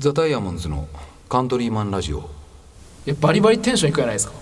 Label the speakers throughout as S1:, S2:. S1: ザ・ダイヤモンズのカントリーマンラジオ
S2: いやバリバリテンションいくじゃないですか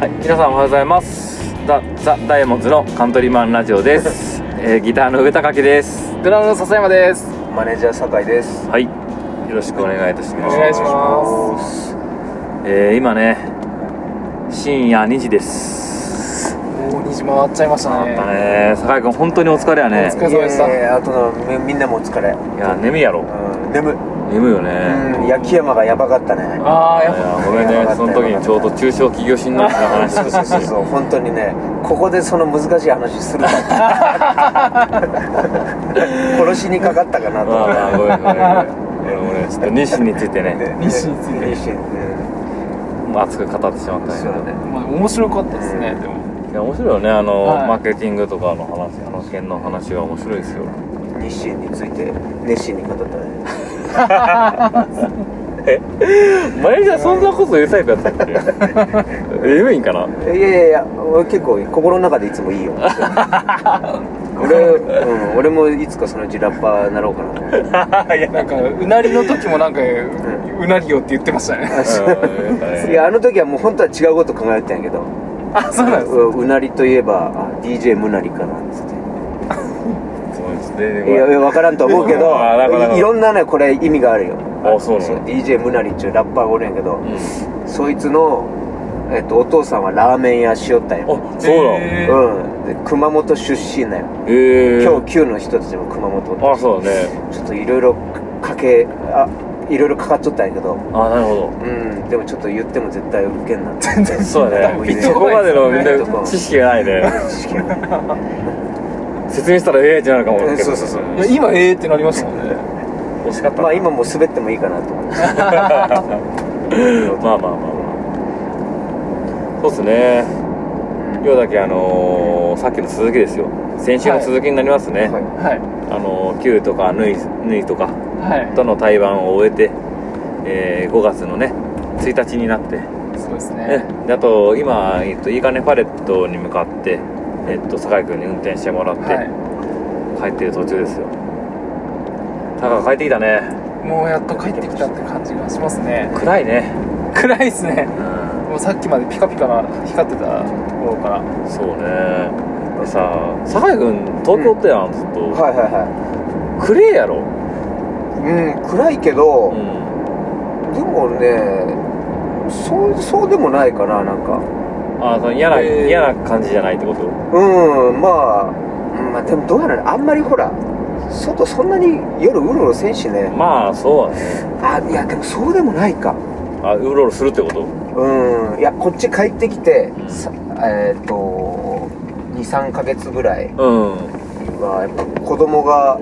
S3: はい、皆さんおはようございます。ザ・ザ・ダイヤモンズのカントリーマンラジオ です。えーギターの上高木です。
S2: ドラムの笹山です
S4: マネージャー酒井です。。
S3: はい、よろしくお願いいたします。
S2: お願いします
S3: えー今ね、深夜2時です。
S2: もう2時回っちゃいましたね
S3: やっぱね、酒井君本当にお疲れやね
S2: お。疲れ様でした
S4: いやいやいやあとのみみんなもお疲れ。
S3: いや、眠いやろ。
S4: うん、眠い。
S3: 眠いよね。
S4: うん、焼き山がやばかったね。
S2: ああ
S3: い
S2: やっぱ
S3: や、ごめん ね、その時にちょうど中小企業診断士の話
S4: そう
S3: を
S4: そうそう
S3: して
S4: そう、本当にね、ここでその難しい話 するかって。殺しにかかったかなと
S3: まあ
S4: 思
S3: まあ、ごめんごめんごめん。俺もね、ちょっと西について
S4: って。
S3: ね、
S4: 日誌
S2: につい
S4: て。
S3: もう熱く語ってしまったんやけ
S4: そう
S3: ど
S4: だ。ね。
S2: まあ面白かったですねでも
S3: いや面白いよねあの、
S2: はい
S3: マーケティングとかの話あの件の話は面白いですよ
S4: 日誌について熱心に語ったね。
S3: マネージャーそんなこと言うタイプやったっけ 言えいんかない
S4: やいやいや、俺結構心の中でいつも いいよ。俺、うん、俺もいつかそのうちラッパーなろうかなと思って。
S2: なんかうなりの時もなんかうなりよって言ってましたね
S3: うんなんか
S4: い
S3: ね
S4: やあの時はもう本当は違うこと考えてたんやけど
S2: あそうなんです
S4: ううなりといえばあ DJ むなりかなっつって
S3: そうですね
S4: いやいや分からんと思うけど
S3: あーなるほどなるほど
S4: いいろんなねこれ意味があるよ
S3: あそうなの
S4: DJ むなりっちゅうラッパーがおるんやけど
S3: うん、
S4: そいつの、えっと、お父さんはラーメン屋しよったんや
S3: あそうなの
S2: え
S3: え
S2: ー
S4: うんで熊本出身なんよ
S3: ー、
S4: 今日 Q の人たちも熊本
S3: あそうだね
S4: ちょっといろいろかけあいろいろかかっとったんやけど
S3: あなるほ
S4: うんでもちょっと言っても絶対ウケんな
S2: 全然
S3: どそうだ
S4: ピッ
S3: ね
S4: と
S3: そ
S2: こ
S3: こ
S2: な
S3: ま
S2: いで
S3: です
S2: よ
S3: の
S2: ね
S3: みんな知識がないね
S4: 知識がない
S3: 説明したら AI じゃないかも
S4: うんそうそうそう
S2: いや今ええってなりましたもんね
S3: 惜しかった
S4: まあ今もう滑ってもいいかなと思って
S3: まあまあまあまあそうっすね今日だけあのー、さっきの続きですよ先週の続きになりますね、
S4: はい
S2: はい
S3: あの Q とかヌイヌイとか
S2: はい
S3: との対バンを終えて、えー5月のね1日になって、
S2: そうです
S3: ね
S2: ね、
S3: であと今、えっと、いいかねパレットに向かって、えっと、酒井君に運転してもらって、
S2: は
S3: 帰ってる途中ですよタカが帰ってきたね
S2: いもうやっと帰ってきたって感じがしますね
S3: 暗いね
S2: 暗いですね
S3: うん
S2: もうさっきまでピカピカな光ってたところから
S3: そうねでさ酒井君東京ってやんずっと、
S4: はいは
S3: 暗えやろ、
S4: いはいうん暗いけ
S3: う
S4: ど、
S3: ん、
S4: でもねそうそうでもないかななんか
S3: あその嫌な、
S2: えー
S3: 嫌な感じじゃないってこと
S4: うんまあうんまあでもどうやらねあんまりほら外そんなに夜うろうろせんしね
S3: まあそうだね
S4: あいやでもそうでもないか
S3: あうろうろするってこと
S4: うんいやこっち帰ってきて
S3: うん
S4: さえっ、と23ヶ月ぐらい
S3: うん
S4: はやっぱ子供が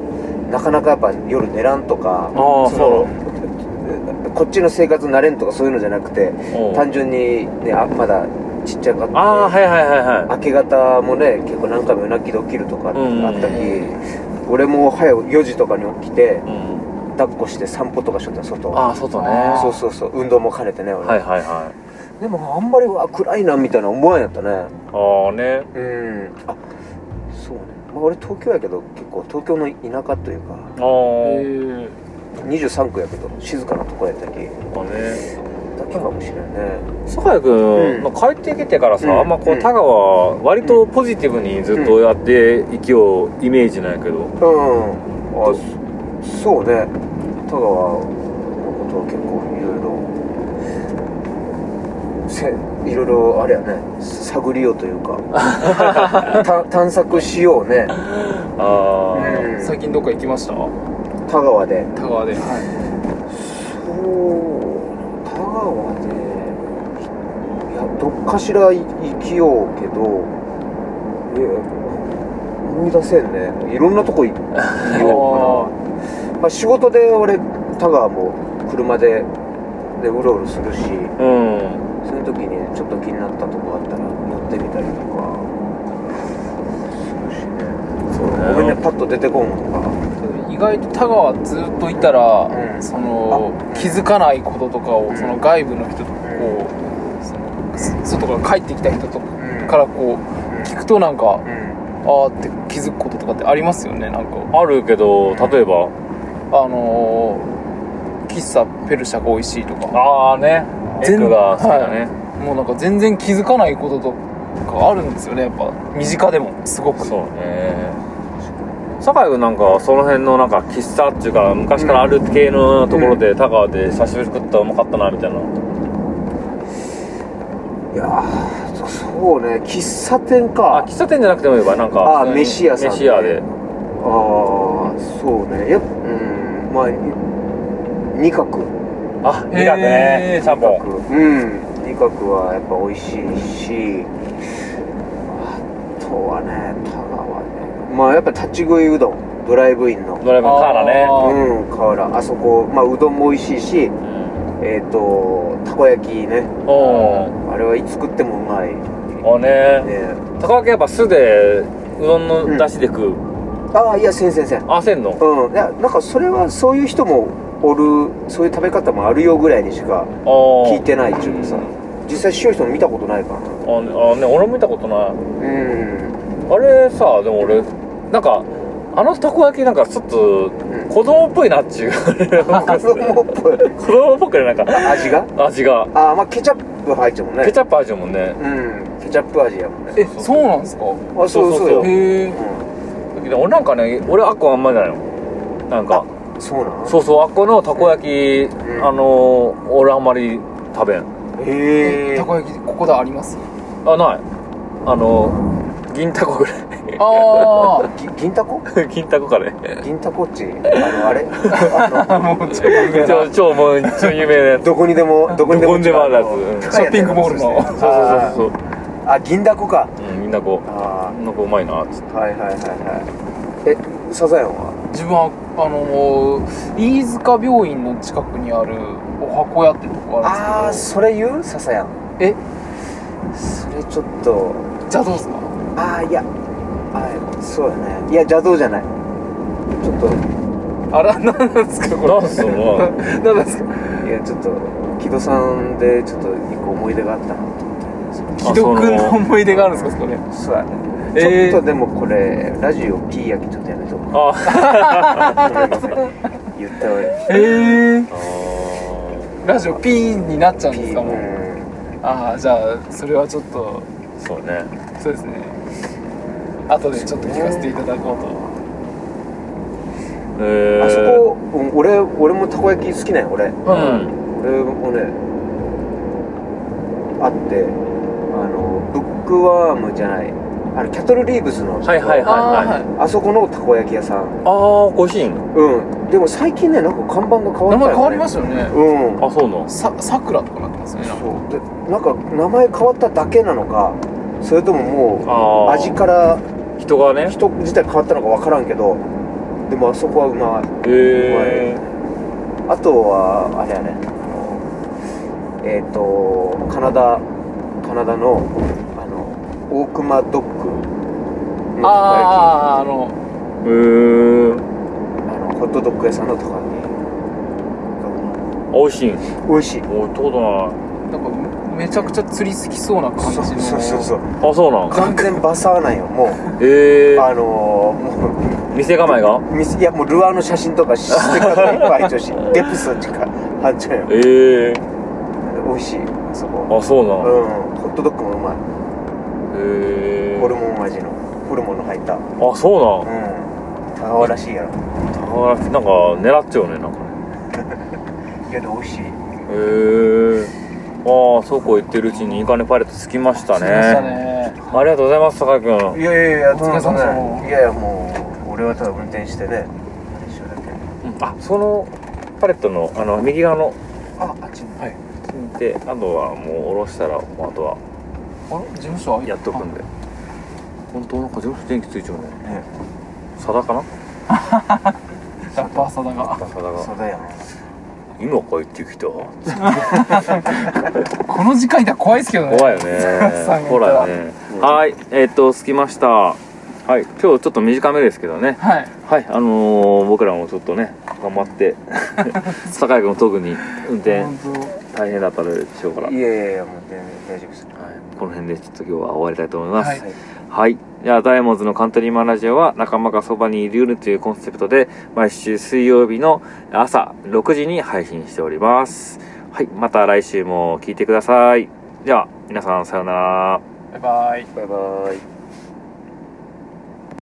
S4: なかなかやっぱ夜寝らんとか
S3: ああそ
S4: そのこっちの生活慣れんとかそういうのじゃなくて
S3: ううん
S4: 単純にねあまだちっちゃかった
S3: ああはいはいはいは
S4: 明け方もね結構何回も夜泣きで起きるとかあ
S3: うん
S4: ったり、俺も早く4時とかに起きて
S3: い、うん、
S4: 抱っこして散歩とかしとったの外
S3: ああ外ね
S2: あー
S4: そうそうそう運動も兼ねてね俺、
S3: はいはいはい
S4: でもあんまりうわ暗いなみたいな思わんやったね
S3: ああね
S4: うんあそうね、まあ、俺東京やけど結構東京の田舎というか
S3: あー
S2: えー
S4: 23区やけど静かなとこやった
S3: あ
S4: き
S3: ね
S4: だけかもしれんね
S3: 酒井君、
S4: うん
S3: まあ、帰ってきてからさ、
S4: うん
S3: あんまこ
S4: う
S3: うんタガは割とポジティブにずっとやっていきようイメージなんやけど、
S4: うんあそそうね田川のことを結構いろいろせいろいろあれやね探りようというかた探索しようね、
S3: あー
S4: うん
S2: 最近どっか行きました
S4: 田川で
S2: 田川で、は
S4: そう田川でいやどっかしらい生きようけどいや思い出せんねいろんなとこ 行
S2: い、
S4: きようかなまあ、仕事で俺田川も車ででうろうろするし
S3: うん
S4: その時にちょっと気になったとこあったら乗ってみたりとか
S3: そう
S4: するしねごめんね
S3: ね
S4: パッと出てこんのか
S2: 意外と田川ずっといたら、
S4: うん
S2: その気づかないこととかを、
S4: うん
S2: その外部の人とこう、その外から帰ってきた人とか
S4: から
S2: こう聞くとなんか、
S4: うん
S2: あーって気づくこととかってありますよねなんか
S3: あるけど例えば
S2: あのー、喫茶ペルシャが美味しいとか
S3: ああねエ
S2: 全
S3: ッグが好きだね、
S2: もうなんか全然気づかないこととかあるんですよねやっぱ身近でもすごく
S3: そうね酒井君なんかその辺のなんか喫茶っていうか昔からある系のところで、田川で久しぶりに食ったらうまかったなみたいない
S4: やーそそうね喫茶店
S3: あ
S4: か
S3: 喫茶店じゃなくてもいいばなんか
S4: あー飯屋さんね
S3: 飯屋で
S4: ああそうねやっぱうんまあ二角
S3: あ
S2: へー
S3: 味覚ねちゃんぽん
S4: うん味覚はやっぱ美味しいしあとはね田川ねまあやっぱ立ち食いうどんドライブインの
S3: ドライブカーラね
S2: あ
S4: うん河原あそこまあうどんも美味しいしえっ、とたこ焼きね
S3: うんお
S4: あれはいつ作ってもうまい
S3: おね
S4: ね
S3: 高脇やっぱ酢でうどんの出汁で食う、
S4: ああいやせんせんせん
S3: あせんの
S4: うんいやなんかそれはそういう人もおるそういう食べ方もあるよぐらいにしか
S3: あ
S4: 聞いてないっていうかさ
S2: うん
S4: 実際しよう人も見たことないからな
S3: ああね俺も見たことない
S4: うん
S3: あれさでも俺なんかあのたこ焼きなんかちょっと
S4: うん
S3: 子供っぽいなっちゅう
S4: 子供っぽい
S3: 子供っぽくねなんか
S4: 味が
S3: 味が
S4: ああまあケチャップ入っちゃうもんね
S3: ケチャップ味やもんね
S4: うんケチャップ味やもんね
S2: えそうなんですか
S4: あそうそうよ
S3: そうそうそう
S4: うん
S2: へえ
S3: 俺なんかね俺あっこあんまりないのなんか
S4: そうなの
S3: そうそうあっこのたこ焼き、
S4: ん
S3: あのー俺あんまり食べん
S4: へえ
S2: たこ焼きここであります
S3: あないあのー銀たこぐらい
S2: あ
S4: ぎ銀タコ
S3: 銀たこかね
S4: 銀タコっちあのあれあ
S2: あもうちょっと有名な
S3: 超超もう超有名なや
S4: の
S3: つ
S4: どこにでもどこにでも
S3: どこにでもあるやつうん
S2: ショッピングモールの
S4: そう
S3: そうそうそう
S4: そうあ銀だこか
S3: そううんみんなこう
S4: あ
S3: なんかうまいなっつ って
S4: あはいはいはいはいえサザエンは
S2: 自分はあのー飯塚病院の近くにあるお箱屋ってとこあ
S4: あ
S2: るん
S4: あ
S2: です
S4: それ言うサザエン
S2: けどえ
S4: それちょっと
S2: じゃあどうですか
S4: ああいやああそうやねいや邪道じゃないちょっと
S2: あら何なんですかこれ
S3: なんすの
S2: 何なんですか
S4: いやちょっと木戸さんでちょっと一個思い出があったなと思って
S2: 木戸君の思い出があるんですかそれ
S4: そうやね、
S2: えー
S4: ちょっとでもこれラジオピー焼きちょっとやめとこう
S3: あ
S4: 言ったわよ
S2: ええ
S3: あー
S2: ラジオ P になっちゃうん
S4: ピ
S2: です
S4: ー
S2: かもうああじゃあそれはちょっと
S3: そうね
S2: そうですね後でちょっと聞かせていただこう
S3: えー、
S4: あそこ、うん俺俺もたこ焼き好きなんよ俺
S2: と
S3: う
S2: うん
S3: ん
S4: 俺もねあってあのブックワームじゃないあのキャトルリーブスの
S3: はいはい
S2: ああ
S3: はいはい
S2: はい
S4: あそこのたこ焼き屋さん
S3: あー美味しいん
S4: うんでも最近ねなんか看板が変わったよ、ね、
S2: 名前変わりま
S4: し
S2: したよね
S4: うん
S3: あそうの
S2: ささくらとかなってますねなんか
S4: そうでなんか名前変わっただけなのかそれとももう
S3: ああ
S4: 味から
S3: 人がね
S4: 人自体変わったのか分からんけどでもあそこはうま
S3: へ
S4: い
S3: え
S4: あとはあれやねあのえっ、とカナダカナダのあの大熊ドッグのたこ焼
S2: あああの
S3: へえ
S4: きあのホットドッグ屋さんのたこ
S3: 美味しいん
S4: 焼きが美味しい
S3: 俺行ったことな
S2: なんかめちゃくちゃ釣り好きそうな感じの
S4: そうそうそうそう
S3: いあそうなん
S4: 完全バサーなんよもう
S3: へえ
S4: あのもう
S3: 店構えが
S4: 見せいやもうルアーの写真とかステッカーとかいっぱい入っちゃう しデプスとか貼っちゃうよ
S3: へえ
S4: 美味しいあそこ
S3: あそう
S4: うん
S3: な
S4: ホットドッグもうま
S3: ん
S4: い
S3: へえ
S4: ホルモン味のホルモンの入ったうん
S3: あそう
S4: 田川らしいやろ
S3: なんだからなんか狙っちゃうねなんかね
S4: いやでも美味しい
S3: へえああそうこう言ってるうちにインカネパレット着きました
S2: 釣りました
S3: ね
S2: ね
S3: ありがとうございます酒井君
S4: いやいやいや
S2: お疲れ様
S4: とんでもないいやいやもう俺はただ運転してね一緒だけ
S3: うんあそのパレットのあの右側の
S4: ああっちに
S2: はい
S3: であとはもう下ろしたらもうあとは
S2: あれ事務所開いて
S3: やっとくんで本当なんか事務所電気ついちゃうね
S4: ね
S3: さだかな
S2: ラッパーさだが
S3: さだ
S4: そ
S3: が
S4: うだよ
S3: 今帰ってきた
S2: この時間いたら怖いですけどね
S3: 怖いよ
S2: さだ
S3: ね
S2: が
S3: ほらねはいえっと着きましたはい今日ちょっと短めですけどね
S2: はい
S3: はいあのー僕らもちょっとね頑張って 酒井君特に運転
S2: 本当
S3: 大変だったでしょうから、はい
S4: いやいやいやもう全然大丈夫です
S3: この辺でちょっと今日は終わりたいと思います
S2: はい
S4: はい
S3: はいいや、ダイヤモンズのカントリーマンラジオは仲間がそばにいるよねというコンセプトで、毎週水曜日の朝6時に配信しております。はい、また来週も聞いてください。では、皆さんさようなら。
S2: バイバイ。
S4: バイバイ